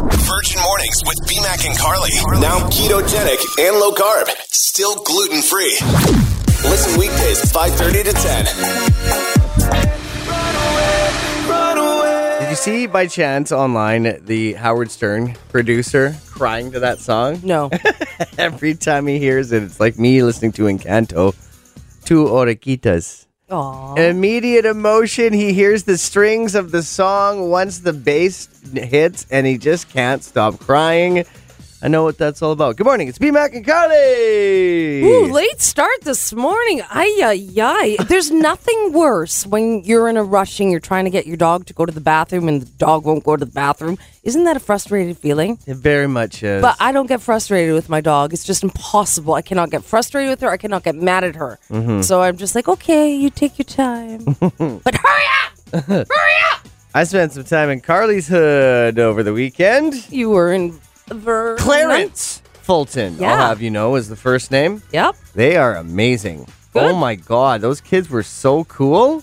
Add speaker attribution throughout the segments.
Speaker 1: Virgin Mornings with BMAC and Carly. Now ketogenic and low carb. Still gluten free. Listen weekdays 5:30 to 10.
Speaker 2: Did you see by chance online the Howard Stern producer crying to that song?
Speaker 3: No.
Speaker 2: Every time he hears it, it's like me listening to Encanto, two orequitas.
Speaker 3: Aw.
Speaker 2: Immediate emotion. He hears the strings of the song once the bass hits, and he just can't stop crying. I know what that's all about. Good morning. It's B Mac and Carly.
Speaker 3: Ooh, late start this morning. Ay, ay, ay. There's nothing worse when you're in a rush and you're trying to get your dog to go to the bathroom and the dog won't go to the bathroom. Isn't that a frustrated feeling?
Speaker 2: it very much is.
Speaker 3: But I don't get frustrated with my dog. It's just impossible. I cannot get frustrated with her. I cannot get mad at her. So I'm just like, okay, you take your time. but hurry up! Hurry up!
Speaker 2: I spent some time in Carly's hood over the weekend.
Speaker 3: You were in Ver-
Speaker 2: Clarence Fulton, I'll
Speaker 3: Yeah.
Speaker 2: have you know, is the first name.
Speaker 3: Yep.
Speaker 2: They are amazing.
Speaker 3: Good.
Speaker 2: Oh my God, those kids were so cool.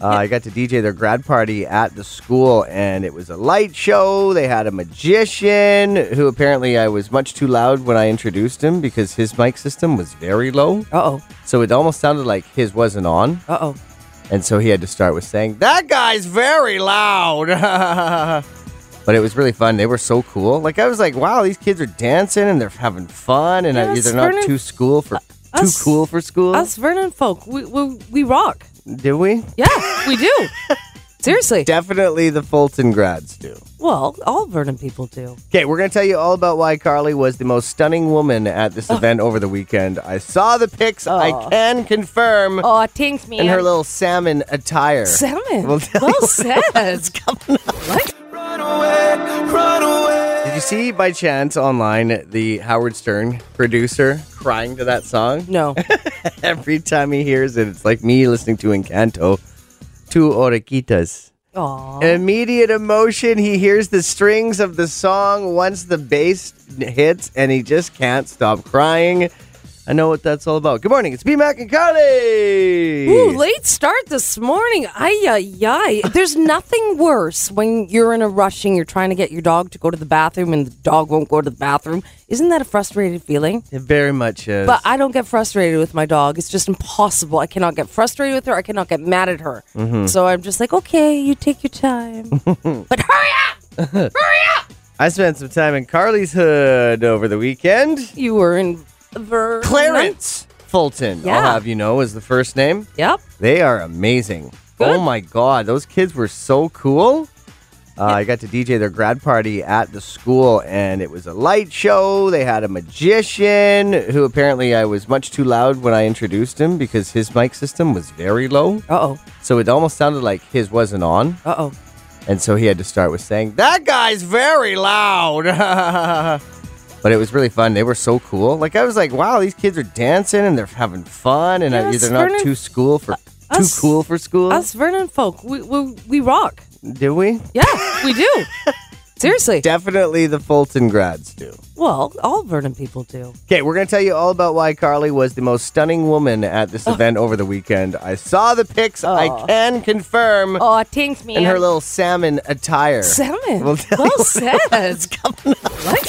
Speaker 2: Uh, I got to DJ their grad party at the school, and it was a light show. They had a magician who apparently I was much too loud when I introduced him because his mic system was very low.
Speaker 3: Uh oh.
Speaker 2: So it almost sounded like his wasn't on.
Speaker 3: Uh oh.
Speaker 2: And so he had to start with saying, That guy's very loud. but it was really fun. They were so cool. Like, I was like, Wow, these kids are dancing and they're having fun. And I-
Speaker 3: Yeah, it's
Speaker 2: they're not
Speaker 3: turning-
Speaker 2: too school for.
Speaker 3: us-
Speaker 2: too cool for school?
Speaker 3: Us Vernon folk, we, we, we rock.
Speaker 2: Do we?
Speaker 3: Yeah, we do. Seriously.
Speaker 2: Definitely the Fulton grads do.
Speaker 3: Well, all Vernon people do.
Speaker 2: Okay, we're going to tell you all about why Carly was the most stunning woman at this event over the weekend. I saw the pics. I
Speaker 3: Aw.
Speaker 2: can confirm.
Speaker 3: Oh, thanks, man.
Speaker 2: in her little salmon attire.
Speaker 3: salmon.
Speaker 2: We'll
Speaker 3: Well,
Speaker 2: tell you
Speaker 3: said. What?
Speaker 2: Did you see by chance online the Howard Stern producer crying to that song?
Speaker 3: No.
Speaker 2: Every time he hears it, it's like me listening to Encanto, two orequitas.
Speaker 3: Aw.
Speaker 2: Immediate emotion. He hears the strings of the song once the bass hits, and he just can't stop crying. I know what that's all about. Good morning. It's B Mac and Carly.
Speaker 3: Ooh, late start this morning. Ay, ay, ay. There's nothing worse when you're in a rush and you're trying to get your dog to go to the bathroom and the dog won't go to the bathroom. Isn't that a frustrated feeling?
Speaker 2: it very much is.
Speaker 3: But I don't get frustrated with my dog. It's just impossible. I cannot get frustrated with her. I cannot get mad at her.
Speaker 2: Mm-hmm.
Speaker 3: So I'm just like, okay, you take your time. but hurry up! hurry up!
Speaker 2: I spent some time in Carly's hood over the weekend.
Speaker 3: You were in Ver-
Speaker 2: Clarence Fulton, I'll
Speaker 3: Yeah.
Speaker 2: have you know, is the first name.
Speaker 3: Yep.
Speaker 2: They are amazing.
Speaker 3: Good.
Speaker 2: Oh my God, those kids were so cool. Uh, I got to DJ their grad party at the school, and it was a light show. They had a magician who apparently I was much too loud when I introduced him because his mic system was very low.
Speaker 3: Uh oh.
Speaker 2: So it almost sounded like his wasn't on.
Speaker 3: Uh oh.
Speaker 2: And so he had to start with saying, That guy's very loud. but it was really fun. They were so cool. Like, I was like, Wow, these kids are dancing and they're having fun. And I-
Speaker 3: Yes,
Speaker 2: they're not
Speaker 3: Vernon.
Speaker 2: too school for.
Speaker 3: us-
Speaker 2: too cool for school?
Speaker 3: Us Vernon folk, we, we, we rock.
Speaker 2: Do we?
Speaker 3: Yeah, we do. Seriously.
Speaker 2: Definitely the Fulton grads do.
Speaker 3: Well, all Vernon people do.
Speaker 2: Okay, we're going to tell you all about why Carly was the most stunning woman at this event over the weekend. I saw the pics. I
Speaker 3: Oh.
Speaker 2: can confirm
Speaker 3: Oh, thanks, man.
Speaker 2: in her little salmon attire.
Speaker 3: Salmon.
Speaker 2: We'll
Speaker 3: Well,
Speaker 2: tell you-
Speaker 3: said. What?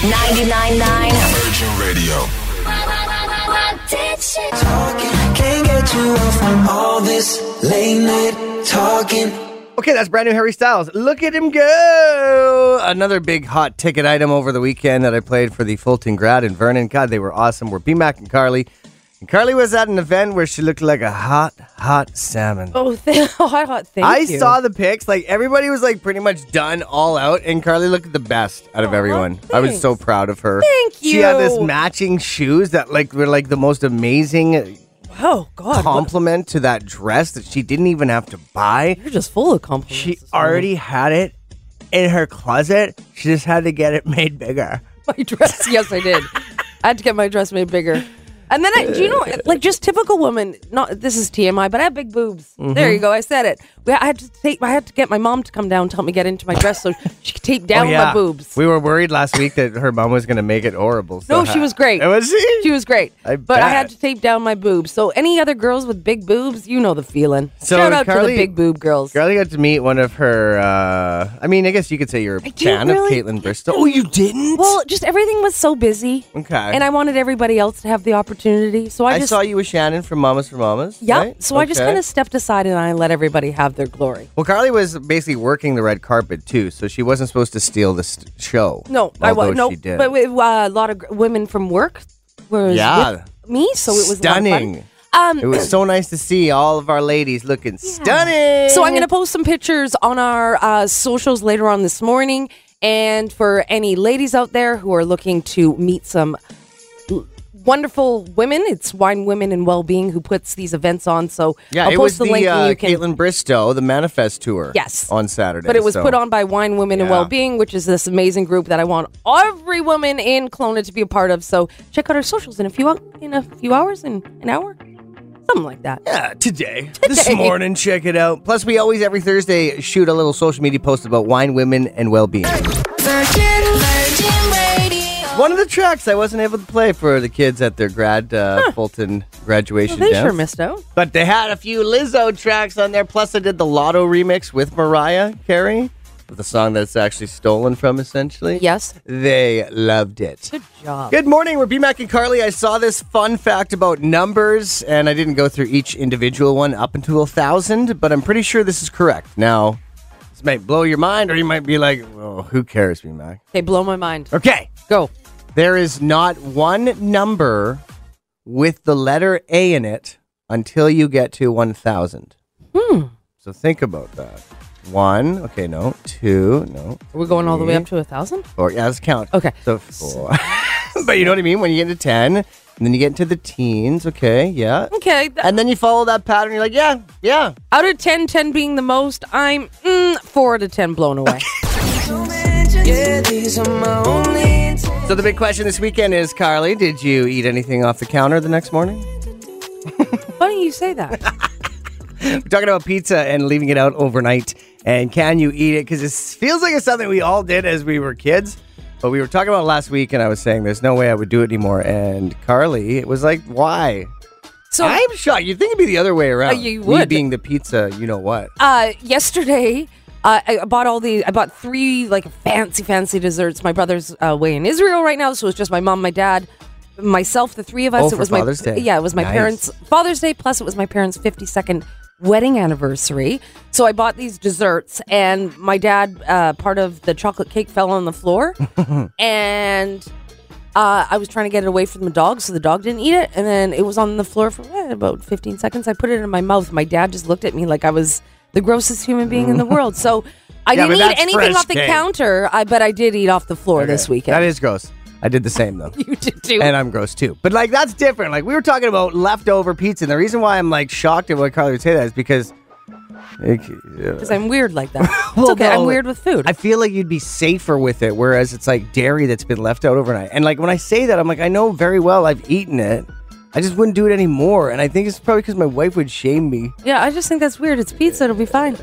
Speaker 4: 99.9
Speaker 1: Virgin Radio.
Speaker 5: talking. Can't get you off from all this late night talking.
Speaker 2: Okay, that's brand new Harry Styles. Look at him go! Another big hot ticket item over the weekend that I played for the Fulton grad in Vernon. God, they were awesome. We're BMAC and Carly. And Carly was at an event where she looked like a hot, hot salmon.
Speaker 3: Oh, th- oh, I thought- thank
Speaker 2: I
Speaker 3: you.
Speaker 2: saw the pics. Like everybody was like pretty much done all out, and Carly looked the best out of everyone. I was so proud of her.
Speaker 3: Thank
Speaker 2: She had this
Speaker 3: you.
Speaker 2: matching shoes that like were like the most amazing
Speaker 3: Oh, God. what-
Speaker 2: compliment to that dress that she didn't even have to buy.
Speaker 3: You're just full of compliments.
Speaker 2: She
Speaker 3: this morning.
Speaker 2: already had it in her closet. She just had to get it made bigger.
Speaker 3: my dress. Yes, I did. I had to get my dress made bigger. And
Speaker 2: Mm-hmm.
Speaker 3: then, I, do you know, like just typical woman, not this is TMI, but I have big boobs. There you go. I said it. I had to tape. I had to get my mom to come down to help me get into my dress so she could tape down my boobs.
Speaker 2: Oh, We were worried last week that her mom was going to make it horrible. so-
Speaker 3: No, she was great.
Speaker 2: Oh, Was she?
Speaker 3: She was great.
Speaker 2: I
Speaker 3: but I had
Speaker 2: bet.
Speaker 3: to tape down my boobs. So any other girls with big boobs, you know the feeling.
Speaker 2: So,
Speaker 3: Shout out to
Speaker 2: Carly-
Speaker 3: the big boob girls.
Speaker 2: Girlie got to meet one of her. Uh, I mean, I guess you could say you're a fan
Speaker 3: didn't
Speaker 2: of
Speaker 3: really-
Speaker 2: Caitlyn Bristol. Oh, you didn't?
Speaker 3: well, just everything was so busy.
Speaker 2: Okay.
Speaker 3: And I wanted everybody else to have the opportunity. So I,
Speaker 2: I
Speaker 3: just
Speaker 2: saw you with Shannon from Mamas for Mamas.
Speaker 3: Yeah.
Speaker 2: right?
Speaker 3: So I just
Speaker 2: Okay.
Speaker 3: kind of stepped aside and I let everybody have their glory.
Speaker 2: Well, Carly was basically working the red carpet too, so she wasn't supposed to steal the st- show.
Speaker 3: No, I
Speaker 2: although
Speaker 3: was no,
Speaker 2: She did.
Speaker 3: but with, uh, a lot of gr- women from work were
Speaker 2: Yeah.
Speaker 3: with me, so it was a lot of fun.
Speaker 2: stunning.
Speaker 3: Um,
Speaker 2: it was so nice to see all of our ladies looking stunning.
Speaker 3: So I'm going to post some pictures on our uh, socials later on this morning. And for any ladies out there who are looking to meet some l- wonderful women, it's Wine Women and Wellbeing who puts these events on. So
Speaker 2: Yeah,
Speaker 3: I'll
Speaker 2: it
Speaker 3: post
Speaker 2: was
Speaker 3: the,
Speaker 2: the,
Speaker 3: link
Speaker 2: uh,
Speaker 3: and you can.
Speaker 2: Caitlin Bristow, the Manifest tour.
Speaker 3: Yes.
Speaker 2: on Saturday.
Speaker 3: but it was
Speaker 2: so-
Speaker 3: put on by Wine Women and
Speaker 2: Yeah.
Speaker 3: Wellbeing, which is this amazing group that I want every woman in Kelowna to be a part of. So check out our socials in a few hou- in a few hours, in an hour, something like that.
Speaker 2: Yeah, today, this morning. Check it out. Plus, we always every Thursday shoot a little social media post about wine, women, and well-being.
Speaker 4: Virgin, Virgin Radio.
Speaker 2: One of the tracks I wasn't able to play for the kids at their grad uh, Fulton graduation.
Speaker 3: Well, they
Speaker 2: dance.
Speaker 3: sure missed out.
Speaker 2: But they had a few Lizzo tracks on there. Plus, I did the Lotto remix with Mariah Carey, with the song that's actually stolen from, essentially.
Speaker 3: Yes.
Speaker 2: They loved it.
Speaker 3: Good job.
Speaker 2: Good morning. We're BMAC and Carly. I saw this fun fact about numbers, and I didn't go through each individual one up until a thousand, but I'm pretty sure this is correct. Now, this might blow your mind, or you might be like, well, who cares, BMAC?
Speaker 3: They blow my mind.
Speaker 2: Okay.
Speaker 3: Go.
Speaker 2: There is not one number with the letter A in it until you get to 1,000. Hmm. So think about that. One, okay, no. Two, no.
Speaker 3: We're going all the way up to a thousand.
Speaker 2: Four, yeah, let's count.
Speaker 3: Okay.
Speaker 2: So four. but you know what I mean? When you get to 10, and then you get into the teens, okay, yeah.
Speaker 3: Okay. th-
Speaker 2: And then you follow that pattern, you're like, yeah, yeah.
Speaker 3: out of 10, 10 being the most, I'm mm, four out of 10 blown away.
Speaker 5: Yeah, these are my only
Speaker 2: So the big question this weekend is, Carly, did you eat anything off the counter the next morning?
Speaker 3: Funny you say that.
Speaker 2: We're talking about pizza and leaving it out overnight. And can you eat it? Because it feels like it's something we all did as we were kids. But we were talking about it last week, and I was saying there's no way I would do it anymore. And Carly was like, "Why?"
Speaker 3: So,
Speaker 2: I'm shocked. You'd think it'd be the other way around.
Speaker 3: Oh. Uh, you
Speaker 2: Me
Speaker 3: would.
Speaker 2: being the pizza, you know what?
Speaker 3: uh, yesterday, uh, I bought all the, I bought three like fancy, fancy desserts. My brother's uh, away in Israel right now. So it was just my mom, my dad, myself, the three of us.
Speaker 2: Oh,
Speaker 3: it
Speaker 2: for
Speaker 3: was
Speaker 2: Father's
Speaker 3: my,
Speaker 2: Day.
Speaker 3: Yeah, it was my
Speaker 2: Nice.
Speaker 3: parents' Father's Day, plus it was my parents' 52nd wedding anniversary. So I bought these desserts, and my dad, uh, part of the chocolate cake fell on the floor. and uh, I was trying to get it away from the dog, so the dog didn't eat it. And then it was on the floor for eh, about 15 seconds. I put it in my mouth. My dad just looked at me like I was the grossest human being in the world. So I
Speaker 2: Mm. Yeah,
Speaker 3: didn't
Speaker 2: but
Speaker 3: eat
Speaker 2: that's
Speaker 3: anything
Speaker 2: fresh
Speaker 3: off the
Speaker 2: cake.
Speaker 3: counter, I, but I did eat off the floor this weekend.
Speaker 2: That is gross. I did the same though.
Speaker 3: you did too.
Speaker 2: and I'm gross too. But like that's different. Like we were talking about leftover pizza, and the reason why I'm like shocked at what Carly would say that is because
Speaker 3: Because I'm weird like that.
Speaker 2: Well,
Speaker 3: it's okay.
Speaker 2: no,
Speaker 3: I'm weird with food.
Speaker 2: I feel like you'd be safer with it, whereas it's like dairy that's been left out overnight. And like when I say that, I'm like, I know very well I've eaten it. I just wouldn't do it anymore. And I think it's probably because my wife would shame me.
Speaker 3: yeah, I just think that's weird. It's pizza. It'll be fine.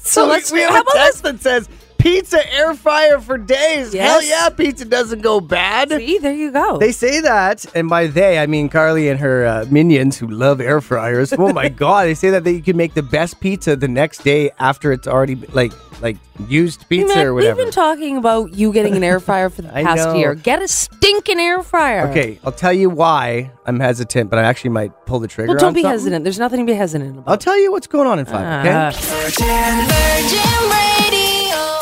Speaker 3: so let's.
Speaker 2: we have
Speaker 3: how
Speaker 2: a
Speaker 3: about
Speaker 2: test
Speaker 3: this?
Speaker 2: that says pizza air fryer for days.
Speaker 3: Yes.
Speaker 2: Hell yeah, pizza doesn't go bad.
Speaker 3: See, there you go.
Speaker 2: They say that, and by they, I mean Carly and her uh, minions who love air fryers. Oh my god, they say that, that you can make the best pizza the next day after it's already like like used
Speaker 3: Hey,
Speaker 2: pizza
Speaker 3: Matt,
Speaker 2: or whatever.
Speaker 3: We've been talking about you getting an air fryer for the
Speaker 2: I
Speaker 3: past
Speaker 2: know.
Speaker 3: year. Get a stinking air fryer.
Speaker 2: Okay, I'll tell you why I'm hesitant, but I actually might pull the trigger.
Speaker 3: Well, don't
Speaker 2: on
Speaker 3: be
Speaker 2: something.
Speaker 3: hesitant. There's nothing to be hesitant
Speaker 2: I'll
Speaker 3: about.
Speaker 2: tell you what's going on in five. Okay.
Speaker 3: Ah.
Speaker 4: Virgin Radio.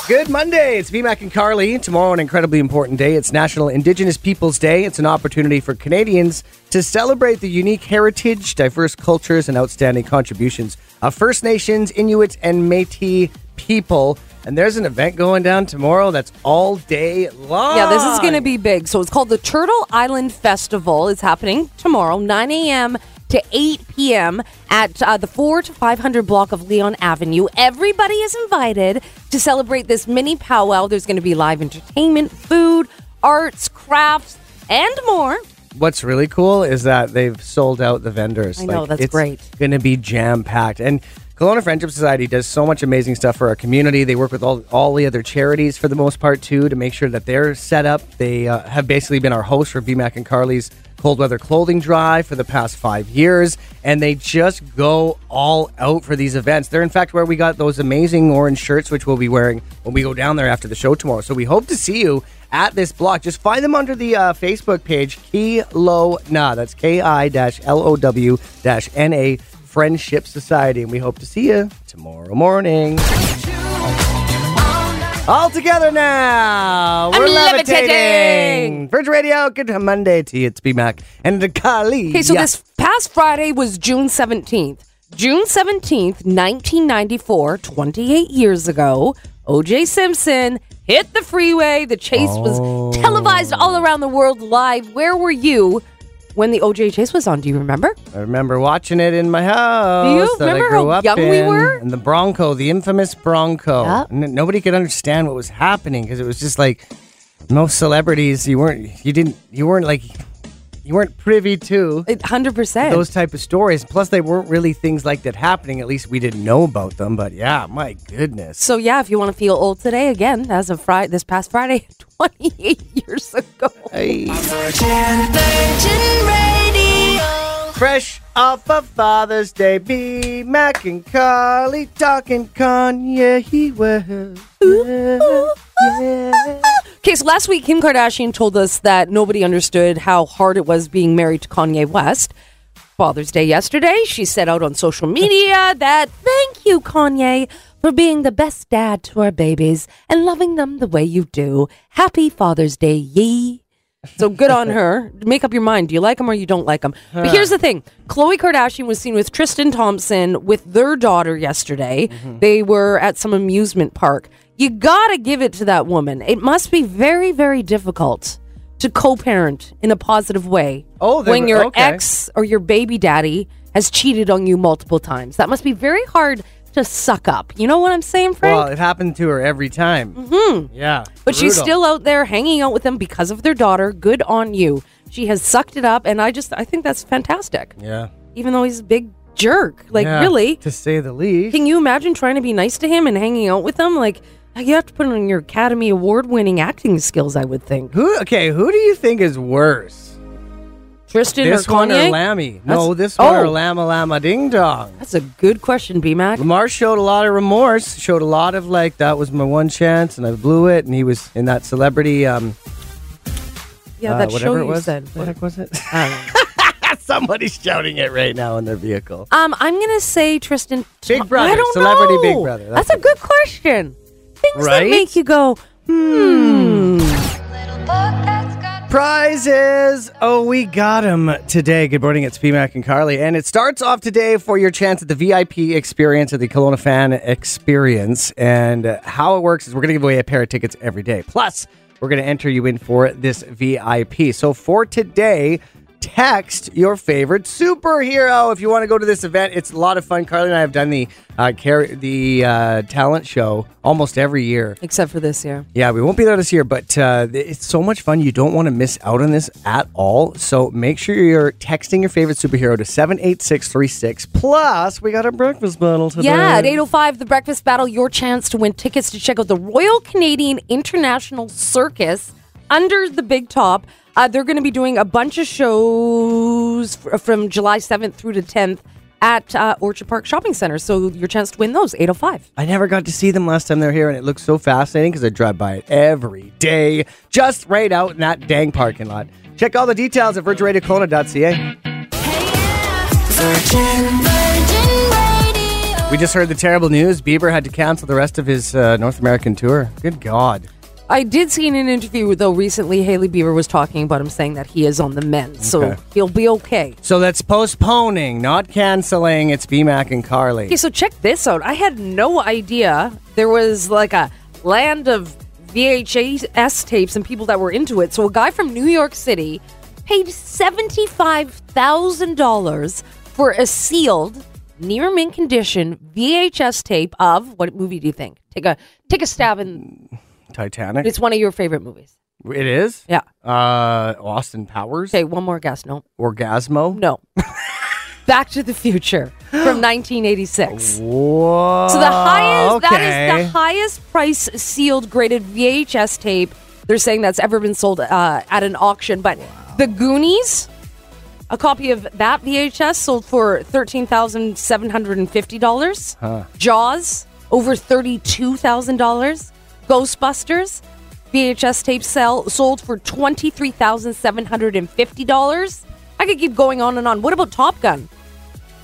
Speaker 2: Good Monday. It's VMAC and Carly. Tomorrow, an incredibly important day. It's National Indigenous Peoples Day. It's an opportunity for Canadians to celebrate the unique heritage, diverse cultures, and outstanding contributions of First Nations, Inuit, and Metis people. And there's an event going down tomorrow that's all day long.
Speaker 3: Yeah, this is going to be big. So it's called the Turtle Island Festival. It's happening tomorrow, 9 a.m. to 8 p.m. at uh, the 4 to 500 block of Leon Avenue. Everybody is invited to celebrate this mini powwow. There's going to be live entertainment, food, arts, crafts, and more.
Speaker 2: What's really cool is that they've sold out the vendors.
Speaker 3: I know, that's
Speaker 2: it's
Speaker 3: great.
Speaker 2: Going to be jam packed, and Kelowna Friendship Society does so much amazing stuff for our community. They work with all, all the other charities for the most part, too, to make sure that they're set up. They uh, have basically been our host for BMAC and Carly's cold weather clothing drive for the past five years, and they just go all out for these events. They're, in fact, where we got those amazing orange shirts, which we'll be wearing when we go down there after the show tomorrow. So we hope to see you at this block. Just find them under the uh, Facebook page, Kilo Na. That's K I L O W N A. Friendship Society, and we hope to see you tomorrow morning. All together now. We're levitating.
Speaker 3: levitating.
Speaker 2: Bridge Radio, good Monday to you. It's B Mac and the Kali.
Speaker 3: Okay, so this past Friday was June 17th. June 17th, 1994, 28 years ago, OJ Simpson hit the freeway. The chase was televised all around the world live. Where were you when the OJ chase was on? Do you remember?
Speaker 2: I remember watching it in my house.
Speaker 3: Do you
Speaker 2: that
Speaker 3: remember
Speaker 2: I grew
Speaker 3: how
Speaker 2: up
Speaker 3: young we
Speaker 2: in,
Speaker 3: were?
Speaker 2: And the Bronco, the infamous Bronco.
Speaker 3: Yep.
Speaker 2: N- nobody could understand what was happening because it was just like most celebrities. You weren't. You didn't. You weren't like. You weren't privy to.
Speaker 3: It, 100%.
Speaker 2: those type of stories. Plus, they weren't really things like that happening. At least we didn't know about them. But yeah, my goodness.
Speaker 3: so yeah, if you want to feel old today, again, as of Friday, this past Friday, 28 years ago.
Speaker 4: Virgin Radio.
Speaker 2: Fresh off of Father's Day, B Mac and Carly talking Kanye. He was.
Speaker 3: Okay, so last week Kim Kardashian told us that nobody understood how hard it was being married to Kanye West. Father's Day yesterday, she said out on social media that thank you, Kanye, for being the best dad to our babies and loving them the way you do. Happy Father's Day, ye. So good on her. Make up your mind. Do you like him or you don't like him? But here's the thing Khloe Kardashian was seen with Tristan Thompson with their daughter yesterday.
Speaker 2: Mm-hmm.
Speaker 3: They were at some amusement park. You gotta give it to that woman. It must be very, very difficult to co parent in a positive way
Speaker 2: Oh, they
Speaker 3: when
Speaker 2: were-
Speaker 3: your
Speaker 2: okay.
Speaker 3: ex or your baby daddy has cheated on you multiple times. That must be very hard to suck up. You know what I'm saying, Frank?
Speaker 2: Well, it happened to her every time. Mm-hmm. Yeah.
Speaker 3: But she's
Speaker 2: brutal.
Speaker 3: still out there hanging out with them because of their daughter. Good on you. She has sucked it up, and I just I think that's fantastic.
Speaker 2: Yeah.
Speaker 3: Even though he's a big jerk, like
Speaker 2: Yeah,
Speaker 3: really,
Speaker 2: To say the least.
Speaker 3: can you imagine trying to be nice to him and hanging out with him? Like you have to put on your Academy Award-winning acting skills, I would think.
Speaker 2: Who? Okay, who do you think is worse?
Speaker 3: Tristan
Speaker 2: This
Speaker 3: or
Speaker 2: one or
Speaker 3: Kanye?
Speaker 2: Lammy?
Speaker 3: That's-
Speaker 2: No, this one or
Speaker 3: Oh.
Speaker 2: Lama Lama Ding Dong?
Speaker 3: That's a good question, B-Mac.
Speaker 2: Lamar showed a lot of remorse, showed a lot of like that was my one chance and I blew it, and he was in that celebrity um
Speaker 3: Yeah,
Speaker 2: uh,
Speaker 3: that show
Speaker 2: whatever it
Speaker 3: you
Speaker 2: was.
Speaker 3: said.
Speaker 2: What the heck was it?
Speaker 3: I don't know.
Speaker 2: Somebody's shouting it right now in their vehicle.
Speaker 3: Um, I'm gonna say Tristan.
Speaker 2: Big
Speaker 3: Tom-
Speaker 2: Brother,
Speaker 3: I don't
Speaker 2: Celebrity
Speaker 3: know.
Speaker 2: Big Brother. That's
Speaker 3: That's, a good question. Things
Speaker 2: Right?
Speaker 3: that make you go, hmm.
Speaker 4: Little book that's got
Speaker 2: Prizes! Oh, we got them today. Good morning, it's PMAC and Carly, and it starts off today for your chance at the VIP experience at the Kelowna Fan Experience. And uh, how it works is we're going to give away a pair of tickets every day. Plus, we're going to enter you in for this VIP. So for today, text your favorite superhero if you want to go to this event. It's a lot of fun. Carly and I have done the uh, car- the uh, talent show almost every year.
Speaker 3: Except for this year.
Speaker 2: Yeah, we won't be there this year, but uh, th- it's so much fun. You don't want to miss out on this at all. So make sure you're texting your favorite superhero to 78636. Plus, we got our breakfast bottle today.
Speaker 3: Yeah, at 8.05, The Breakfast Battle, your chance to win tickets to check out the Royal Canadian International Circus under the big top. Uh, they're going to be doing a bunch of shows fr- from July 7th through to 10th at uh, Orchard Park Shopping Center. So your chance to win those, 8.05.
Speaker 2: I never got to see them last time they were here, and it looks so fascinating because I drive by it every day, just right out in that dang parking lot. Check all the details at virginradiocolona.ca.
Speaker 4: Virgin Radio.
Speaker 2: We just heard the terrible news. Bieber had to cancel the rest of his uh, North American tour. Good God.
Speaker 3: I did see in an interview, though, recently Haley Bieber was talking about him saying that he is on the mend. So
Speaker 2: Okay.
Speaker 3: he'll be okay.
Speaker 2: So that's postponing, not canceling. It's BMAC and Carly.
Speaker 3: Okay, so check this out. I had no idea there was like a land of VHS tapes and people that were into it. So a guy from New York City paid $75,000 for a sealed, near mint condition VHS tape of what movie do you think? Take a take a stab and
Speaker 2: Titanic.
Speaker 3: it's one of your favorite movies.
Speaker 2: It is?
Speaker 3: Yeah.
Speaker 2: Uh, Austin Powers?
Speaker 3: Okay, one more guess. No.
Speaker 2: Orgasmo?
Speaker 3: No. Back to the Future from 1986.
Speaker 2: Whoa.
Speaker 3: So the highest that
Speaker 2: okay.
Speaker 3: is the highest price sealed graded VHS tape. They're saying that's ever been sold uh, at an auction. But the Goonies, a copy of that VHS sold for thirteen thousand seven hundred and fifty dollars. Jaws over thirty two thousand dollars. Ghostbusters VHS tape sell sold for twenty three thousand seven hundred and fifty dollars. I could keep going on and on. What about Top Gun?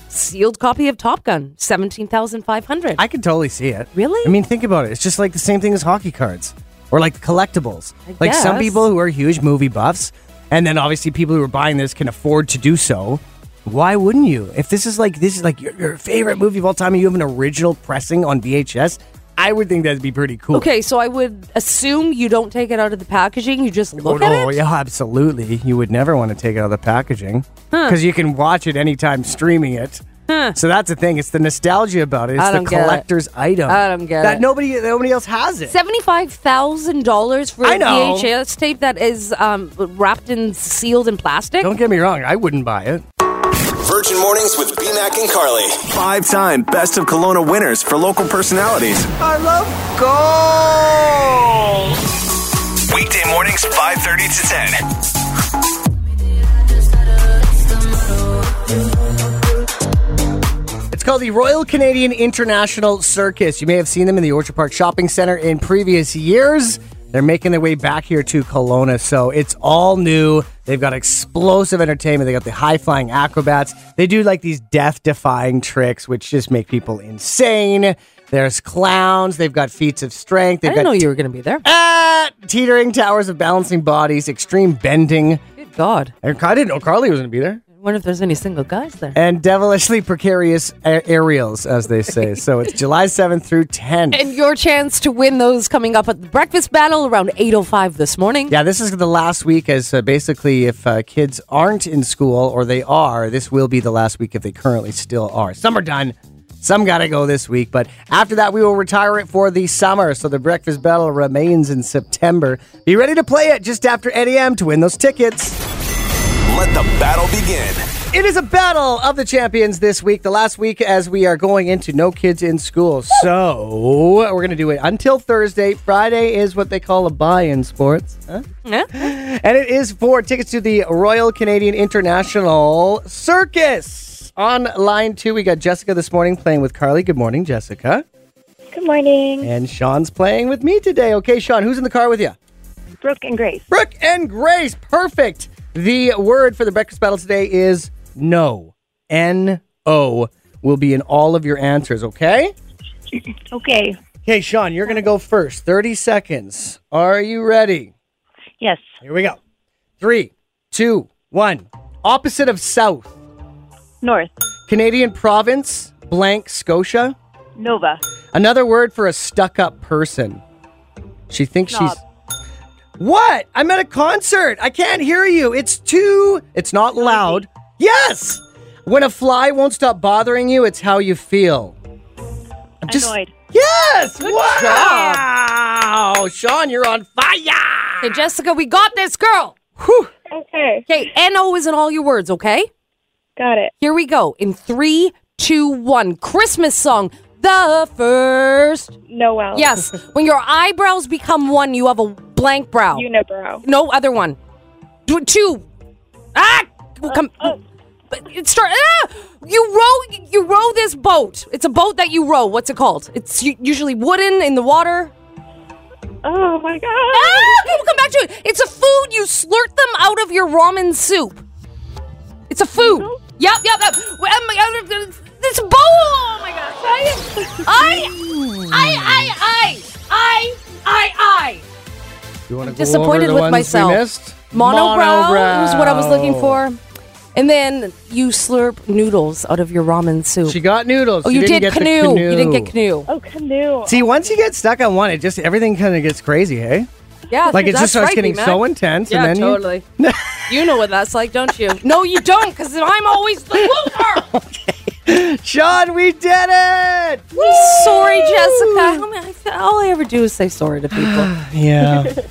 Speaker 3: sealed copy of Top Gun, seventeen thousand five hundred.
Speaker 2: I can totally see it.
Speaker 3: Really?
Speaker 2: I mean, think about it. It's just like the same thing as hockey cards or like collectibles.
Speaker 3: I
Speaker 2: like some
Speaker 3: guess.
Speaker 2: people who are huge movie buffs, and then obviously people who are buying this can afford to do so. Why wouldn't you? If this is like this is like your, your favorite movie of all time, and you have an original pressing on VHS. I would think that'd be pretty cool.
Speaker 3: Okay, so I would assume you don't take it out of the packaging; you just
Speaker 2: Oh,
Speaker 3: look at
Speaker 2: no,
Speaker 3: it.
Speaker 2: yeah, absolutely. You would never want to take it out of the packaging because you can watch it anytime streaming it. So that's the thing. It's the nostalgia about it. It's
Speaker 3: I
Speaker 2: the
Speaker 3: don't get it.
Speaker 2: collector's item.
Speaker 3: I don't get
Speaker 2: that
Speaker 3: it.
Speaker 2: nobody nobody else has it.
Speaker 3: Seventy-five thousand dollars for
Speaker 2: I
Speaker 3: a
Speaker 2: know.
Speaker 3: VHS tape that is um, wrapped in sealed in plastic.
Speaker 2: Don't get me wrong, I wouldn't buy it.
Speaker 1: Virgin Mornings with BMAC and Carly. Five time best of Kelowna winners for local personalities.
Speaker 2: I love gold.
Speaker 1: Weekday mornings, 5.30 to 10.
Speaker 2: It's called the Royal Canadian International Circus. You may have seen them in the Orchard Park Shopping Center in previous years. They're making their way back here to Kelowna, so it's all new. They've got explosive entertainment. They got the high flying acrobats. They do like these death defying tricks, which just make people insane. There's clowns. They've got feats of strength.
Speaker 3: I
Speaker 2: They've
Speaker 3: didn't know
Speaker 2: got
Speaker 3: you were going to be there.
Speaker 2: Ah, teetering towers of balancing bodies, extreme bending.
Speaker 3: Good God!
Speaker 2: And I didn't know Carly was going to be there
Speaker 3: I wonder if there's any single guys there.
Speaker 2: and devilishly precarious a- aerials, as they say. So it's July 7th through 10th.
Speaker 3: And your chance to win those coming up at the breakfast battle around eight oh five this morning.
Speaker 2: yeah, this is the last week as uh, basically if uh, kids aren't in school or they are, this will be the last week if they currently still are. Some are done. Some got to go this week, but after that, we will retire it for the summer. So the breakfast battle remains in September. Be ready to play it just after 8 a.m. to win those tickets.
Speaker 1: Let the battle begin.
Speaker 2: It is a battle of the champions this week, the last week as we are going into no kids in school. So we're going to do it until Thursday. Friday is what they call a buy in sports. Huh?
Speaker 3: Yeah.
Speaker 2: And it is for tickets to the Royal Canadian International Circus. On line two, we got Jessica this morning playing with Carly. Good morning, Jessica.
Speaker 6: Good morning,
Speaker 2: And Sean's playing with me today. Okay, Sean, who's in the car with you?
Speaker 6: Brooke and Grace.
Speaker 2: Brooke and Grace. Perfect. The word for the breakfast battle today is no. N O will be in all of your answers, okay?
Speaker 6: Okay.
Speaker 2: Okay, Sean, you're going to go first. 30 seconds. Are you ready?
Speaker 6: Yes.
Speaker 2: Here we go. Three, two, one. Opposite of South,
Speaker 6: North.
Speaker 2: Canadian province, blank Scotia.
Speaker 6: Nova.
Speaker 2: Another word for a stuck up person. She thinks
Speaker 6: Snob.
Speaker 2: she's. What? I'm at a concert. I can't hear you. It's too. It's not loud. Yes! When a fly won't stop bothering you, it's how you feel. I'm
Speaker 6: Annoyed.
Speaker 2: Yes! wow! Sean, you're on fire!
Speaker 3: Okay, Jessica, we got this, girl.
Speaker 6: Okay.
Speaker 3: Okay, N O is in all your words. Okay.
Speaker 6: Got it.
Speaker 3: Here we go in three, two, one. Christmas song, the first.
Speaker 6: Noel.
Speaker 3: Yes, when your eyebrows become one, you have a blank brow.
Speaker 6: Unibrow.
Speaker 3: no other one. Two. two. Ah, Well, come. But It start. Ah, you row. You row this boat. It's a boat that you row. What's it called? It's u- usually wooden in the water.
Speaker 6: Oh my God.
Speaker 3: Ah, okay, we'll come back to it. It's a food. You slurp them out of your ramen soup. It's a food. Yep, yep, yep. Well, oh my God, This bowl. Oh my gosh. I, I, I, I, I, I, I.
Speaker 2: You want to
Speaker 3: disappointed with myself. Monobrow, was what I was looking for. And then you slurp noodles out of your ramen soup.
Speaker 2: She got noodles.
Speaker 3: oh,
Speaker 2: She
Speaker 3: you
Speaker 2: didn't
Speaker 3: did
Speaker 2: get the
Speaker 3: canoe. You didn't get canoe.
Speaker 6: Oh, canoe.
Speaker 2: See, once you get stuck on one, it just everything kind of gets crazy, hey?
Speaker 3: Yeah,
Speaker 2: Like it just
Speaker 3: that's
Speaker 2: starts
Speaker 3: right,
Speaker 2: getting
Speaker 3: Mac.
Speaker 2: so intense,
Speaker 3: Yeah,
Speaker 2: and then you-
Speaker 3: totally. You... know what that's like, don't you? No, you don't, because I'm always the loser.
Speaker 2: Sean, we did it!
Speaker 3: sorry, Jessica. I mean, I feel- all I ever do is say sorry to people.
Speaker 2: Yeah.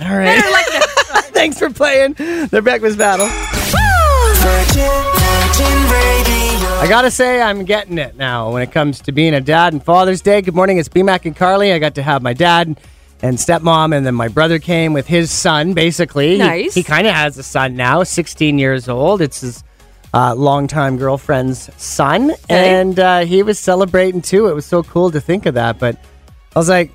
Speaker 2: All right. Thanks for playing the breakfast battle.
Speaker 5: Virgin, Virgin
Speaker 2: I gotta say, I'm getting it now when it comes to being a dad and Father's Day. Good morning, it's BMAC and Carly. I got to have my dad and stepmom, and then my brother came with his son, basically. He-
Speaker 3: Nice.
Speaker 2: He, kind of has a son now, 16 years old. It's his uh, longtime girlfriend's son. And uh, he was celebrating too. It was so cool to think of that. But I was like,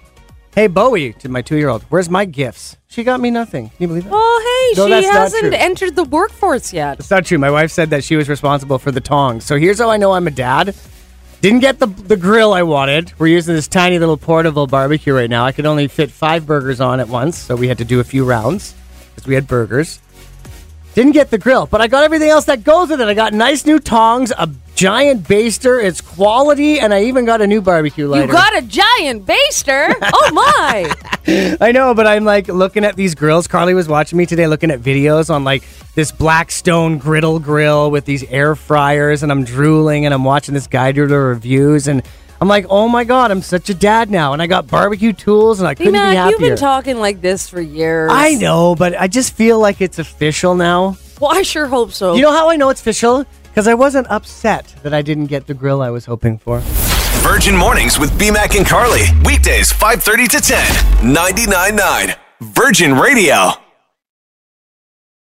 Speaker 2: hey, Bowie, to my two year old, where's my gifts? She got me nothing. Can you believe that?
Speaker 3: Well, hey,
Speaker 2: No,
Speaker 3: she
Speaker 2: that's not
Speaker 3: hasn't
Speaker 2: true.
Speaker 3: entered the workforce yet.
Speaker 2: It's not true. My wife said that she was responsible for the tongs. So here's how I know I'm a dad. Didn't get the the grill I wanted. We're using this tiny little portable barbecue right now. I could only fit five burgers on at once, so we had to do a few rounds because we had burgers. Didn't get the grill, but I got everything else that goes with it. I got nice new tongs, a giant baster. It's quality, and I even got a new barbecue lighter.
Speaker 3: You got a giant baster. Oh my!
Speaker 2: I know, but I'm like looking at these grills. Carly was watching me today looking at videos on like this Blackstone griddle grill with these air fryers, and I'm drooling and I'm watching this guy do the reviews, and I'm like, oh my god, I'm such a dad now, and I got barbecue tools, and I couldn't be
Speaker 3: Mac,
Speaker 2: happier.
Speaker 3: you've been talking like this for years.
Speaker 2: I know, but I just feel like it's official now.
Speaker 3: Well, I sure hope so.
Speaker 2: You know how I know it's official? Because I wasn't upset that I didn't get the grill I was hoping for.
Speaker 1: Virgin Mornings with BMAC and Carly. Weekdays 5:30 to 10. 99.9 Virgin Radio.